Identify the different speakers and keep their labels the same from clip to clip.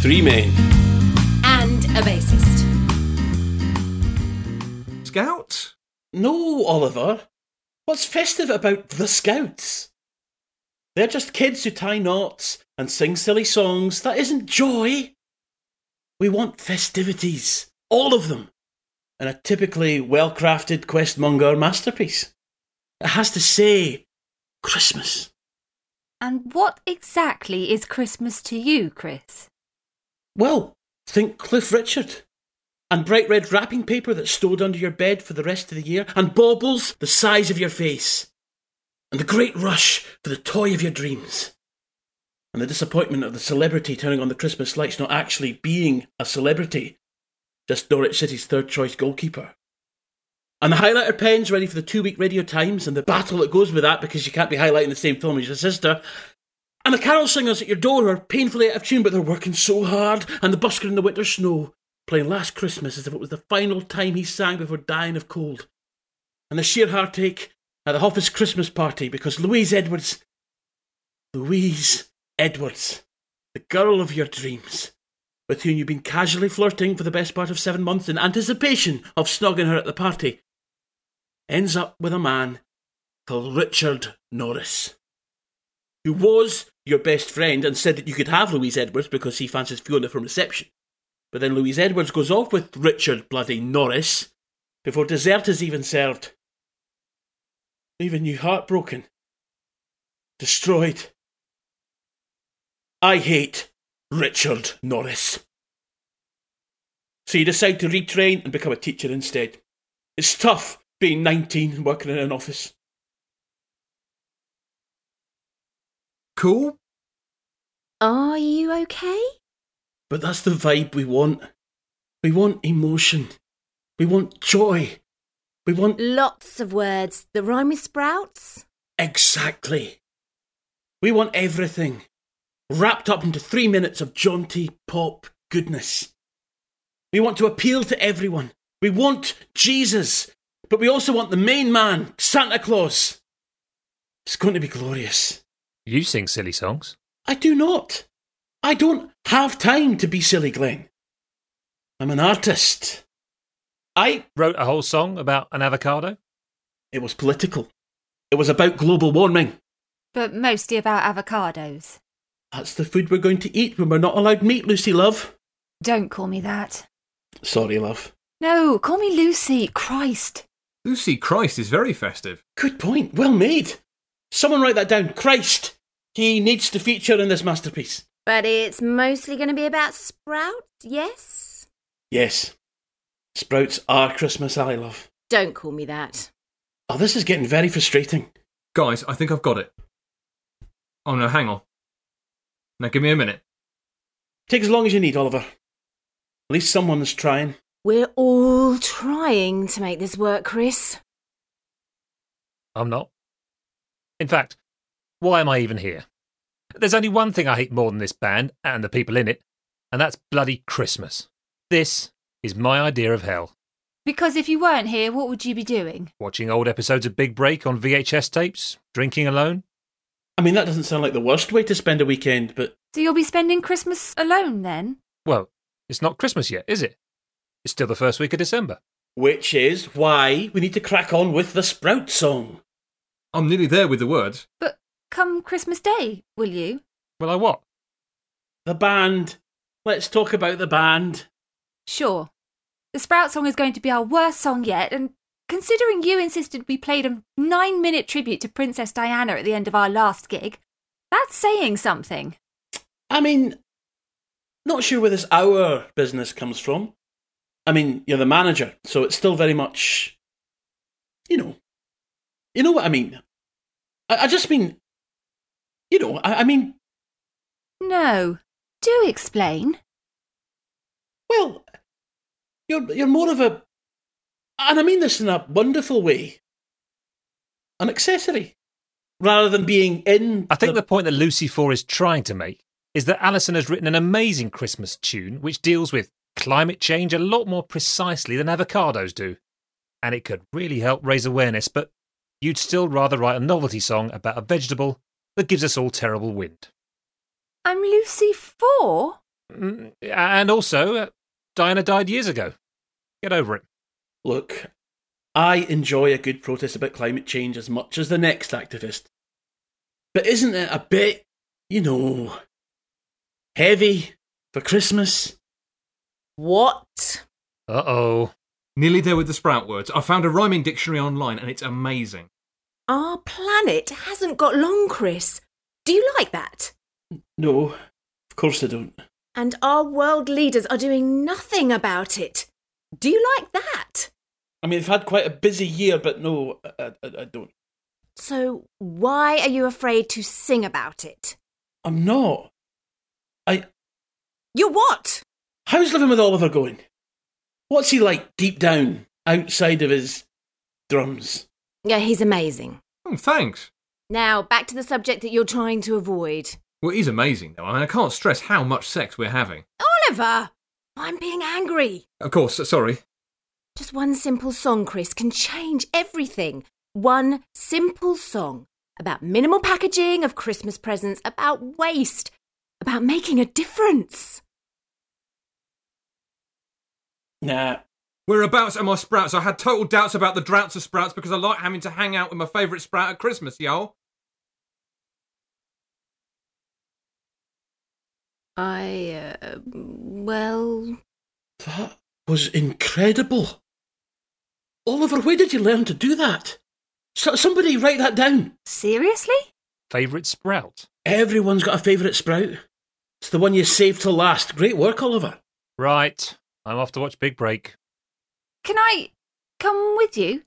Speaker 1: Three men.
Speaker 2: and a bassist.
Speaker 1: Scout?
Speaker 3: No, Oliver. What's festive about the Scouts? They're just kids who tie knots and sing silly songs. That isn't joy. We want festivities, all of them, and a typically well crafted questmonger masterpiece. It has to say Christmas.
Speaker 4: And what exactly is Christmas to you, Chris?
Speaker 3: Well, think Cliff Richard. And bright red wrapping paper that's stored under your bed for the rest of the year, and baubles the size of your face, and the great rush for the toy of your dreams, and the disappointment of the celebrity turning on the Christmas lights not actually being a celebrity, just Norwich City's third choice goalkeeper. And the highlighter pens ready for the two week radio times, and the battle that goes with that because you can't be highlighting the same film as your sister, and the carol singers at your door are painfully out of tune, but they're working so hard. And the busker in the winter snow, playing Last Christmas as if it was the final time he sang before dying of cold. And the sheer heartache at the Hoffa's Christmas party because Louise Edwards, Louise Edwards, the girl of your dreams, with whom you've been casually flirting for the best part of seven months in anticipation of snogging her at the party, ends up with a man called Richard Norris who was your best friend and said that you could have Louise Edwards because he fancies Fiona from reception. But then Louise Edwards goes off with Richard bloody Norris before dessert is even served, leaving you heartbroken, destroyed. I hate Richard Norris. So you decide to retrain and become a teacher instead. It's tough being 19 and working in an office.
Speaker 1: Cool.
Speaker 4: Are you okay?
Speaker 3: But that's the vibe we want. We want emotion. We want joy. We want
Speaker 2: Lots of words that rhyme with sprouts.
Speaker 3: exactly. We want everything wrapped up into three minutes of jaunty pop goodness. We want to appeal to everyone. We want Jesus, but we also want the main man, Santa Claus. It's going to be glorious.
Speaker 5: You sing silly songs.
Speaker 3: I do not. I don't have time to be silly, Glenn. I'm an artist. I
Speaker 5: Wrote a whole song about an avocado.
Speaker 3: It was political. It was about global warming.
Speaker 4: But mostly about avocados.
Speaker 3: That's the food we're going to eat when we're not allowed meat, Lucy love.
Speaker 4: Don't call me that.
Speaker 3: Sorry, love.
Speaker 4: No, call me Lucy. Christ.
Speaker 1: Lucy Christ is very festive.
Speaker 3: Good point. Well made. Someone write that down. Christ. He needs to feature in this masterpiece.
Speaker 2: But it's mostly going to be about sprouts, yes?
Speaker 3: Yes. Sprouts are Christmas, I love.
Speaker 2: Don't call me that.
Speaker 3: Oh, this is getting very frustrating.
Speaker 1: Guys, I think I've got it. Oh no, hang on. Now give me a minute.
Speaker 3: Take as long as you need, Oliver. At least someone's trying.
Speaker 2: We're all trying to make this work, Chris.
Speaker 5: I'm not. In fact, why am I even here? There's only one thing I hate more than this band and the people in it, and that's bloody Christmas. This is my idea of hell.
Speaker 4: Because if you weren't here, what would you be doing?
Speaker 5: Watching old episodes of Big Break on VHS tapes, drinking alone.
Speaker 3: I mean, that doesn't sound like the worst way to spend a weekend, but
Speaker 4: So you'll be spending Christmas alone then?
Speaker 5: Well, it's not Christmas yet, is it? It's still the first week of December.
Speaker 3: which is why we need to crack on with the Sprout song.
Speaker 1: I'm nearly there with the words.
Speaker 4: But come Christmas Day, will you?
Speaker 5: Well, I what?
Speaker 3: The band. Let's talk about the band.
Speaker 4: Sure. The Sprout song is going to be our worst song yet, and considering you insisted we played a nine minute tribute to Princess Diana at the end of our last gig, that's saying something.
Speaker 3: I mean, not sure where this our business comes from. I mean, you're the manager, so it's still very much, you know, you know what I mean. I, I just mean, you know, I, I mean,
Speaker 4: No. Do explain.
Speaker 3: well, you're you're more of a, and I mean this in a wonderful way, an accessory, rather than being in.
Speaker 5: I think the point that Lucy Four is trying to make is that Alison has written an amazing Christmas tune which deals with climate change a lot more precisely than avocados do. And it could really help raise awareness, but you'd still rather write a novelty song about a vegetable that gives us all terrible wind.
Speaker 4: I'm Lucy Four?
Speaker 5: Mm, And also, uh, Diana died years ago. Get over it.
Speaker 3: Look, I enjoy a good protest about climate change as much as the next activist. But isn't it a bit, you know, heavy for Christmas?
Speaker 6: What?
Speaker 5: Uh oh.
Speaker 1: Nearly there with the sprout words. I found a rhyming dictionary online and it's amazing.
Speaker 6: Our planet hasn't got long, Chris. Do you like that?
Speaker 3: No, of course I don't.
Speaker 6: And our world leaders are doing nothing about it. Do you like that?
Speaker 3: I mean, I've had quite a busy year, but no, I, I, I don't.
Speaker 2: So, why are you afraid to sing about it?
Speaker 3: I'm not. I.
Speaker 6: You what?
Speaker 3: How's living with Oliver going? What's he like deep down, outside of his drums?
Speaker 2: Yeah, he's amazing.
Speaker 1: Oh, thanks.
Speaker 2: Now, back to the subject that you're trying to avoid.
Speaker 1: Well, he's amazing, though. I mean, I can't stress how much sex we're having.
Speaker 2: Oliver! I'm being angry.
Speaker 1: Of course, uh, sorry.
Speaker 2: Just one simple song, Chris, can change everything. One simple song about minimal packaging of Christmas presents, about waste, about making a difference.
Speaker 3: Nah.
Speaker 1: Whereabouts are my sprouts? I had total doubts about the droughts of sprouts because I like having to hang out with my favourite sprout at Christmas, y'all.
Speaker 2: I, uh, well,
Speaker 3: That was incredible. Oliver, where did you learn to do that? So, somebody write that down.
Speaker 4: Seriously?
Speaker 5: Favourite sprout?
Speaker 3: Everyone's got a favourite sprout. It's the one you saved till last. Great work, Oliver.
Speaker 5: Right. I'm off to watch Big Break.
Speaker 4: Can I come with you?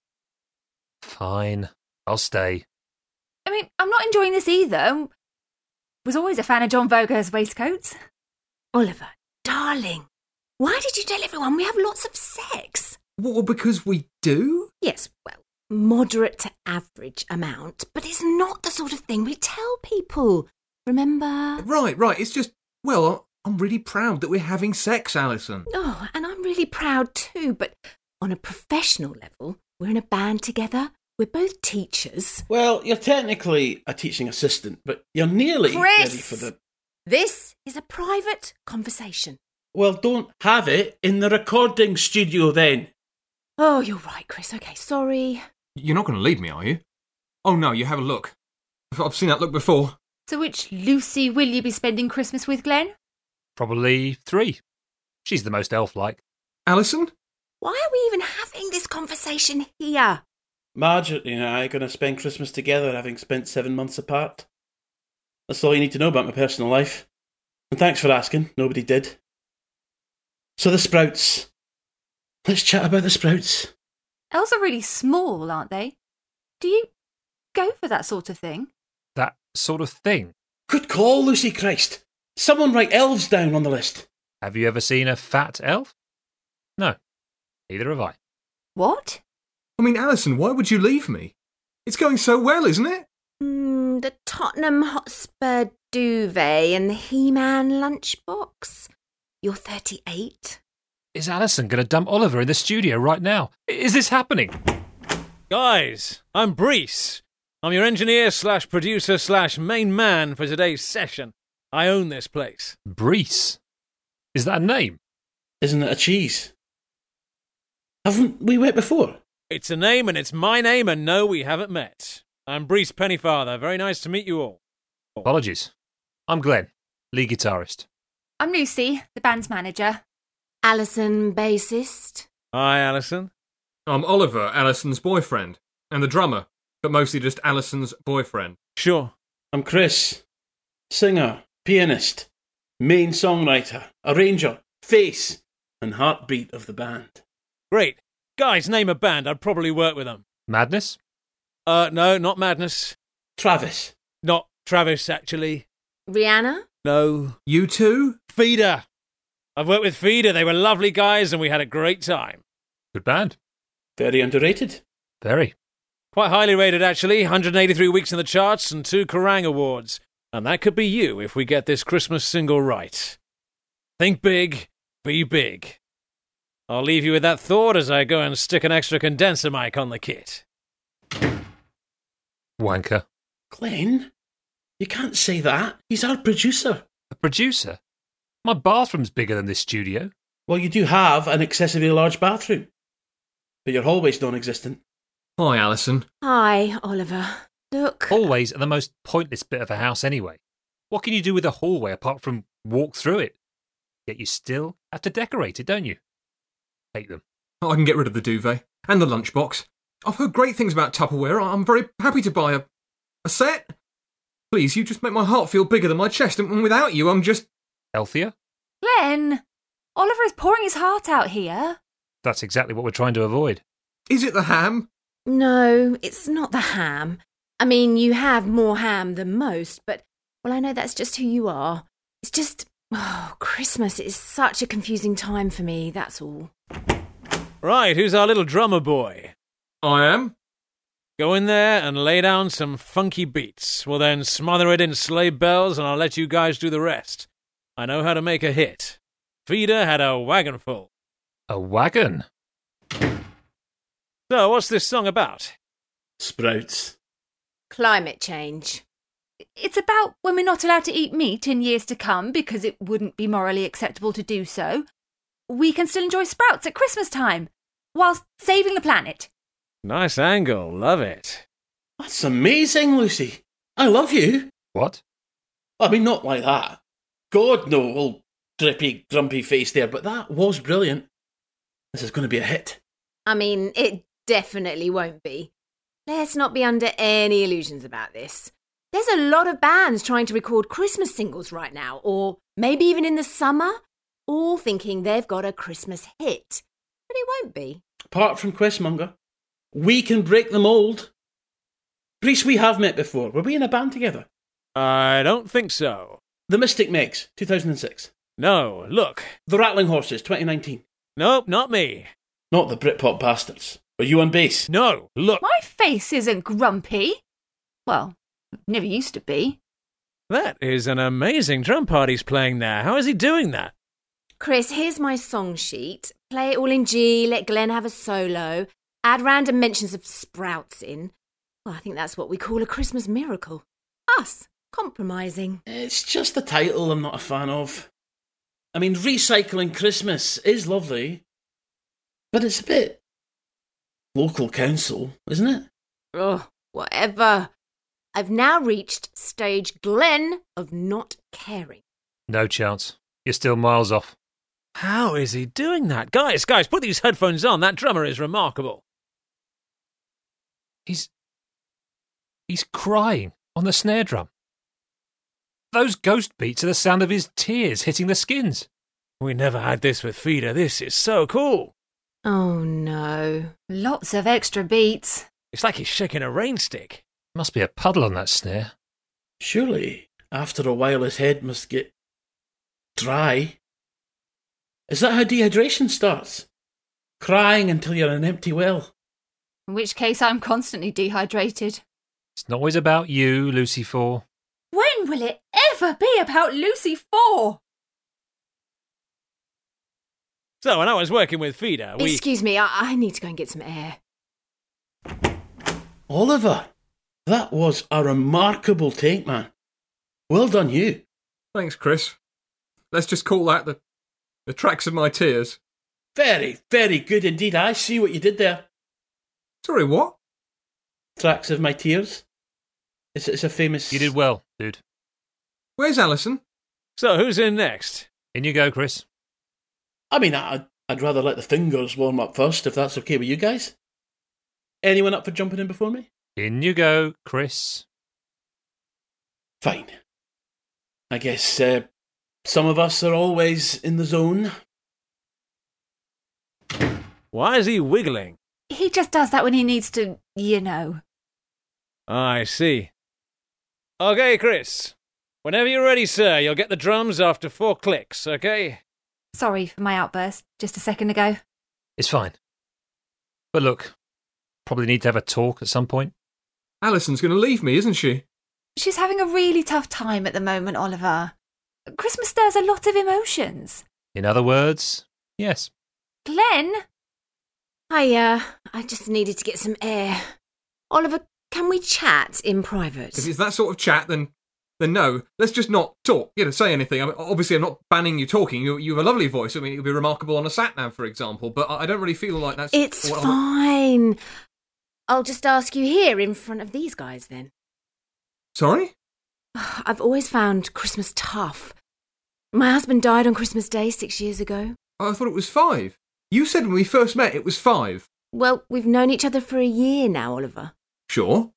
Speaker 5: Fine. I'll stay.
Speaker 4: I mean, I'm not enjoying this either. Um, Was always a fan of John Voger's waistcoats.
Speaker 2: Oliver, darling, why did you tell everyone we have lots of sex?
Speaker 1: Well, because we do?
Speaker 2: Yes, well, moderate to average amount, but it's not the sort of thing we tell people. Remember?
Speaker 1: Right, right. It's just, well, I'm really proud that we're having sex, Alison.
Speaker 2: Oh, and I'm really proud too, but on a professional level, we're in a band together. We're both teachers.
Speaker 3: Well, you're technically a teaching assistant, but you're nearly ready
Speaker 2: Chris!
Speaker 3: for the.
Speaker 2: This is a private conversation.
Speaker 3: Well, don't have it in the recording studio then.
Speaker 2: Oh, you're right, Chris. Okay, sorry.
Speaker 1: You're not going to leave me, are you? Oh, no, you have a look. I've- I've seen that look before.
Speaker 4: So, which Lucy will you be spending Christmas with, Glenn?
Speaker 5: Probably three. She's the most elf like.
Speaker 1: Alison?
Speaker 2: Why are we even having this conversation here?
Speaker 3: Marjorie and I are going to spend Christmas together, having spent seven months apart. That's all you need to know about my personal life. And thanks for asking. Nobody did. So the sprouts. Let's chat about the sprouts.
Speaker 4: Elves are really small, aren't they? Do you go for that sort of thing?
Speaker 5: That sort of thing.
Speaker 3: Good call, Lucy Christ. Someone write elves down on the list.
Speaker 5: Have you ever seen a fat elf? No. Neither have I.
Speaker 4: What?
Speaker 1: I mean, Alison, why would you leave me? It's going so well, isn't it?
Speaker 2: Hmm, the Tottenham Hotspur duvet and the He Man lunchbox. You're 38.
Speaker 5: Is Alison going to dump Oliver in the studio right now? I- Is this happening?
Speaker 7: Guys, I'm Brees. I'm your engineer slash producer slash main man for today's session. I own this place.
Speaker 5: Brees. Is that a name?
Speaker 3: Isn't it a cheese? Haven't we met before?
Speaker 7: It's a name and it's my name, and no, we haven't met. I'm Brees Pennyfather. Very nice to meet you all.
Speaker 5: Apologies. I'm Glenn, lead guitarist.
Speaker 4: I'm Lucy, the band's manager.
Speaker 2: Alison, bassist.
Speaker 7: Hi, Alison.
Speaker 1: I'm Oliver, Alison's boyfriend, and the drummer, but mostly just Alison's boyfriend.
Speaker 7: Sure.
Speaker 3: I'm Chris. Singer, pianist, main songwriter, arranger, face, and heartbeat of the band.
Speaker 7: Great. Guys, name a band. I'd probably work with them.
Speaker 5: Madness?
Speaker 7: Uh, no, not Madness.
Speaker 3: Travis.
Speaker 7: Not Travis, actually.
Speaker 2: Rihanna?
Speaker 7: No.
Speaker 1: You too?
Speaker 7: Feeder. I've worked with Feeder. They were lovely guys, and we had a great time.
Speaker 5: Good band.
Speaker 3: Very underrated.
Speaker 5: Very.
Speaker 7: Quite highly rated, actually. 183 weeks in the charts and two Kerrang Awards. And that could be you if we get this Christmas single right. Think big, be big. I'll leave you with that thought as I go and stick an extra condenser mic on the kit.
Speaker 5: Wanker.
Speaker 3: Glenn, you can't say that. He's our producer.
Speaker 5: A producer? My bathroom's bigger than this studio.
Speaker 3: Well, you do have an excessively large bathroom, but your hallway's non existent.
Speaker 1: Hi, Alison.
Speaker 2: Hi, Oliver. Look,
Speaker 5: Hallways are the most pointless bit of a house anyway. What can you do with a hallway apart from walk through it? Yet you still have to decorate it, don't you? Hate them.
Speaker 1: I can get rid of the duvet and the lunchbox. I've heard great things about Tupperware. I- I'm very happy to buy a, a set. Please, you just make my heart feel bigger than my chest, and- and without you, I'm just.
Speaker 5: Healthier?
Speaker 4: Glenn! Oliver is pouring his heart out here.
Speaker 5: That's exactly what we're trying to avoid.
Speaker 1: Is it the ham?
Speaker 2: no, it's not the ham. I mean, you have more ham than most, but well, I know that's just who you are. It's just, oh, Christmas is such a confusing time for me, that's all.
Speaker 7: Right, who's our little drummer boy?
Speaker 1: I am.
Speaker 7: Go in there and lay down some funky beats. We'll then smother it in sleigh bells, and I'll let you guys do the rest. I know how to make a hit. Feeder had a wagon full.
Speaker 5: A wagon?
Speaker 7: So, what's this song about?
Speaker 3: Sprouts.
Speaker 2: Climate change.
Speaker 4: It's about when we're not allowed to eat meat in years to come because it wouldn't be morally acceptable to do so. We can still enjoy sprouts at Christmas time whilst saving the planet.
Speaker 7: Nice angle, love it.
Speaker 3: That's amazing, Lucy. I love you.
Speaker 5: What?
Speaker 3: I mean, not like that. God, no, old drippy, grumpy face there, but that was brilliant. This is going to be a hit.
Speaker 2: I mean, it definitely won't be. Let's not be under any illusions about this. There's a lot of bands trying to record Christmas singles right now, or maybe even in the summer, all thinking they've got a Christmas hit. But it won't be.
Speaker 3: Apart from Questmonger, we can break the mould. Greece, we have met before. Were we in a band together?
Speaker 7: I don't think so.
Speaker 3: The Mystic Megs, 2006.
Speaker 7: No, look.
Speaker 3: The Rattling Horses, 2019.
Speaker 7: Nope, not me.
Speaker 3: Not the Britpop bastards. Are you on bass?
Speaker 7: No, look.
Speaker 4: My face isn't grumpy. Well, never used to be.
Speaker 7: That is an amazing drum part he's playing there. How is he doing that?
Speaker 2: Chris, here's my song sheet. Play it all in G, let Glenn have a solo, add random mentions of sprouts in. Well, I think that's what we call a Christmas miracle. Us, compromising.
Speaker 3: It's just a title I'm not a fan of. I mean, recycling Christmas is lovely, but it's a bit local council, isn't it?
Speaker 2: Ugh, whatever. I've now reached stage Glenn of not caring.
Speaker 5: No chance. You're still miles off.
Speaker 7: How is he doing that? Guys, guys, put these headphones on. That drummer is remarkable.
Speaker 5: He's. He's crying on the snare drum. Those ghost beats are the sound of his tears hitting the skins.
Speaker 7: We never had this with Feeder. This is so cool.
Speaker 2: Oh no.
Speaker 4: Lots of extra beats.
Speaker 7: It's like he's shaking a rain stick.
Speaker 5: Must be a puddle on that snare.
Speaker 3: Surely, after a while, his head must get dry. Is that how dehydration starts? Crying until you're an empty well.
Speaker 4: In which case, I'm constantly dehydrated.
Speaker 5: It's not always about you, Lucy Four.
Speaker 4: When will it ever be about Lucy Four?
Speaker 7: So, when I was working with Feeder, we.
Speaker 2: Excuse me, I-, I need to go and get some air.
Speaker 3: Oliver, that was a remarkable take, man. Well done, you.
Speaker 1: Thanks, Chris. Let's just call that the, the tracks of my tears.
Speaker 3: Very, very good indeed. I see what you did there.
Speaker 1: Sorry, what?
Speaker 3: Tracks of my tears. It's, it's a famous.
Speaker 5: You did well, dude.
Speaker 1: Where's Alison?
Speaker 7: So, who's in next?
Speaker 5: In you go, Chris.
Speaker 3: I mean, I'd, I'd rather let the fingers warm up first, if that's okay with you guys. Anyone up for jumping in before me?
Speaker 5: In you go, Chris.
Speaker 3: Fine. I guess uh, some of us are always in the zone.
Speaker 7: Why is he wiggling?
Speaker 4: He just does that when he needs to, you know.
Speaker 7: I see. Okay, Chris. Whenever you're ready, sir, you'll get the drums after four clicks, okay?
Speaker 4: Sorry for my outburst just a second ago.
Speaker 5: It's fine. But look, probably need to have a talk at some point.
Speaker 1: Alison's going to leave me, isn't she?
Speaker 4: She's having a really tough time at the moment, Oliver. Christmas stirs a lot of emotions.
Speaker 5: In other words, yes.
Speaker 4: Glenn,
Speaker 2: I, uh, I just needed to get some air. Oliver, can we chat in private?
Speaker 1: If it's that sort of chat, then then no, let's just not talk, you know, say anything. I mean, obviously, I'm not banning you talking. You, you have a lovely voice. I mean, it would be remarkable on a sat nav, for example, but I I don't really feel like that's.
Speaker 2: It's
Speaker 1: what I want.
Speaker 2: fine. I'll just ask you here in front of these guys then.
Speaker 1: Sorry?
Speaker 2: I've always found Christmas tough. My husband died on Christmas Day six years ago.
Speaker 1: I thought it was five. You said when we first met it was five.
Speaker 2: Well, we've known each other for a year now, Oliver.
Speaker 1: Sure.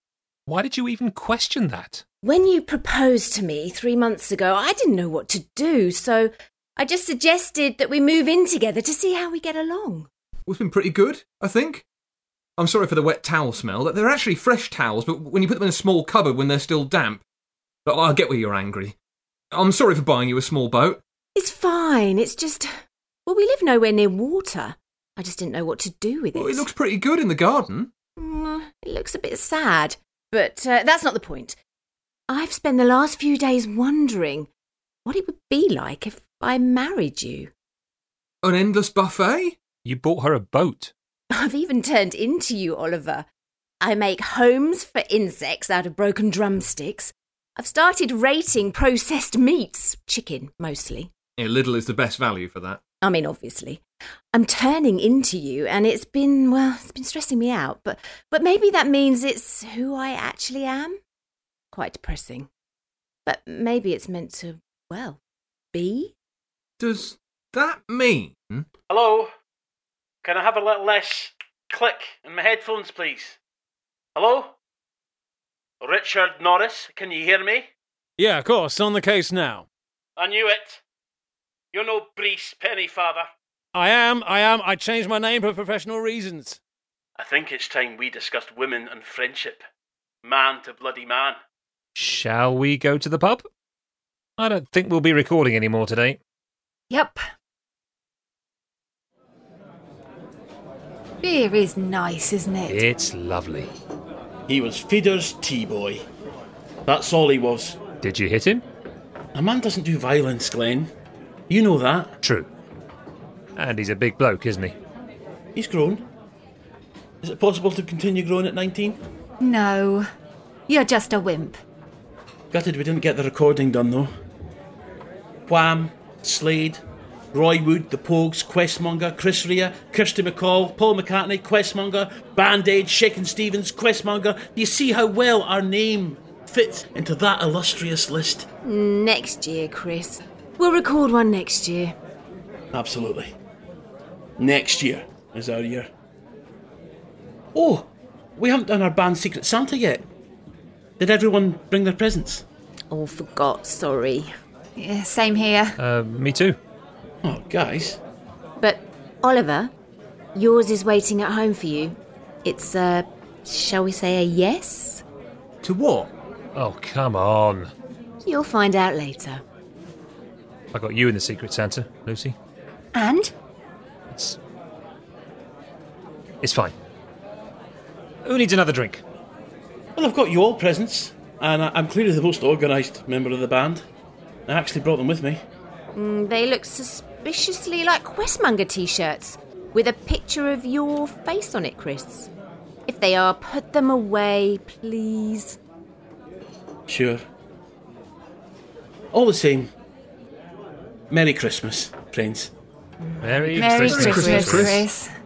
Speaker 5: Why did you even question that?
Speaker 2: When you proposed to me three months ago, I didn't know what to do, so I just suggested that we move in together to see how we get along.
Speaker 1: It's been pretty good, I think. I'm sorry for the wet towel smell. They're actually fresh towels, but when you put them in a small cupboard when they're still damp. But I get where you're angry. I'm sorry for buying you a small boat.
Speaker 2: It's fine, it's just. Well, we live nowhere near water. I just didn't know what to do with it.
Speaker 1: Well, it looks pretty good in the garden.
Speaker 2: Mm, it looks a bit sad, but uh, that's not the point. I've spent the last few days wondering what it would be like if I married you.
Speaker 1: An endless buffet?
Speaker 5: You bought her a boat.
Speaker 2: I've even turned into you, Oliver. I make homes for insects out of broken drumsticks. I've started rating processed meats, chicken mostly.
Speaker 1: Yeah, Lidl is the best value for that.
Speaker 2: I mean, obviously. I'm turning into you, and it's been, well, it's been stressing me out, but, but maybe that means it's who I actually am? Quite depressing. But maybe it's meant to, well, be?
Speaker 1: Does that mean.
Speaker 3: Hello? Can I have a little less click in my headphones, please? Hello? Richard Norris, can you hear me?
Speaker 7: Yeah, of course, on the case now.
Speaker 3: I knew it. You're no Brees Pennyfather.
Speaker 7: I am, I am, I changed my name for professional reasons.
Speaker 3: I think it's time we discussed women and friendship. Man to bloody man.
Speaker 5: Shall we go to the pub? I don't think we'll be recording any more today.
Speaker 4: Yep. Beer is nice, isn't it?
Speaker 5: It's lovely.
Speaker 3: He was Feeder's tea boy. That's all he was.
Speaker 5: Did you hit him?
Speaker 3: A man doesn't do violence, Glenn. You know that.
Speaker 5: True. And he's a big bloke, isn't he?
Speaker 3: He's grown. Is it possible to continue growing at 19?
Speaker 4: No. You're just a wimp.
Speaker 3: Gutted we didn't get the recording done though. Wham, Slade, Roy Wood, The Pogues, Questmonger, Chris Rea, Kirsty McCall, Paul McCartney, Questmonger, Band Aid, Shakin' Stevens, Questmonger. Do you see how well our name fits into that illustrious list?
Speaker 2: Next year, Chris. We'll record one next year.
Speaker 3: Absolutely. Next year is our year. Oh, we haven't done our band Secret Santa yet. Did everyone bring their presents?
Speaker 2: All forgot, Oh, sorry.
Speaker 4: Yeah, same here.
Speaker 5: Uh, me too.
Speaker 3: Oh, guys.
Speaker 2: But, Oliver, yours is waiting at home for you. It's a, shall we say, a yes?
Speaker 1: To what?
Speaker 5: Oh, come on.
Speaker 2: You'll find out later.
Speaker 5: I got you in the Secret Santa, Lucy.
Speaker 4: And?
Speaker 5: It's. It's fine. Who needs another drink?
Speaker 3: Well, I've got you all presents, and I- I'm clearly the most organised member of the band. I actually brought them with me.
Speaker 2: Mm, they look suspiciously like Questmonger t shirts with a picture of your face on it, Chris. If they are, put them away, please.
Speaker 3: Sure. All the same, Merry Christmas, friends.
Speaker 5: Merry,
Speaker 4: Merry
Speaker 1: Christmas,
Speaker 4: Christmas,
Speaker 1: Chris.
Speaker 4: Chris.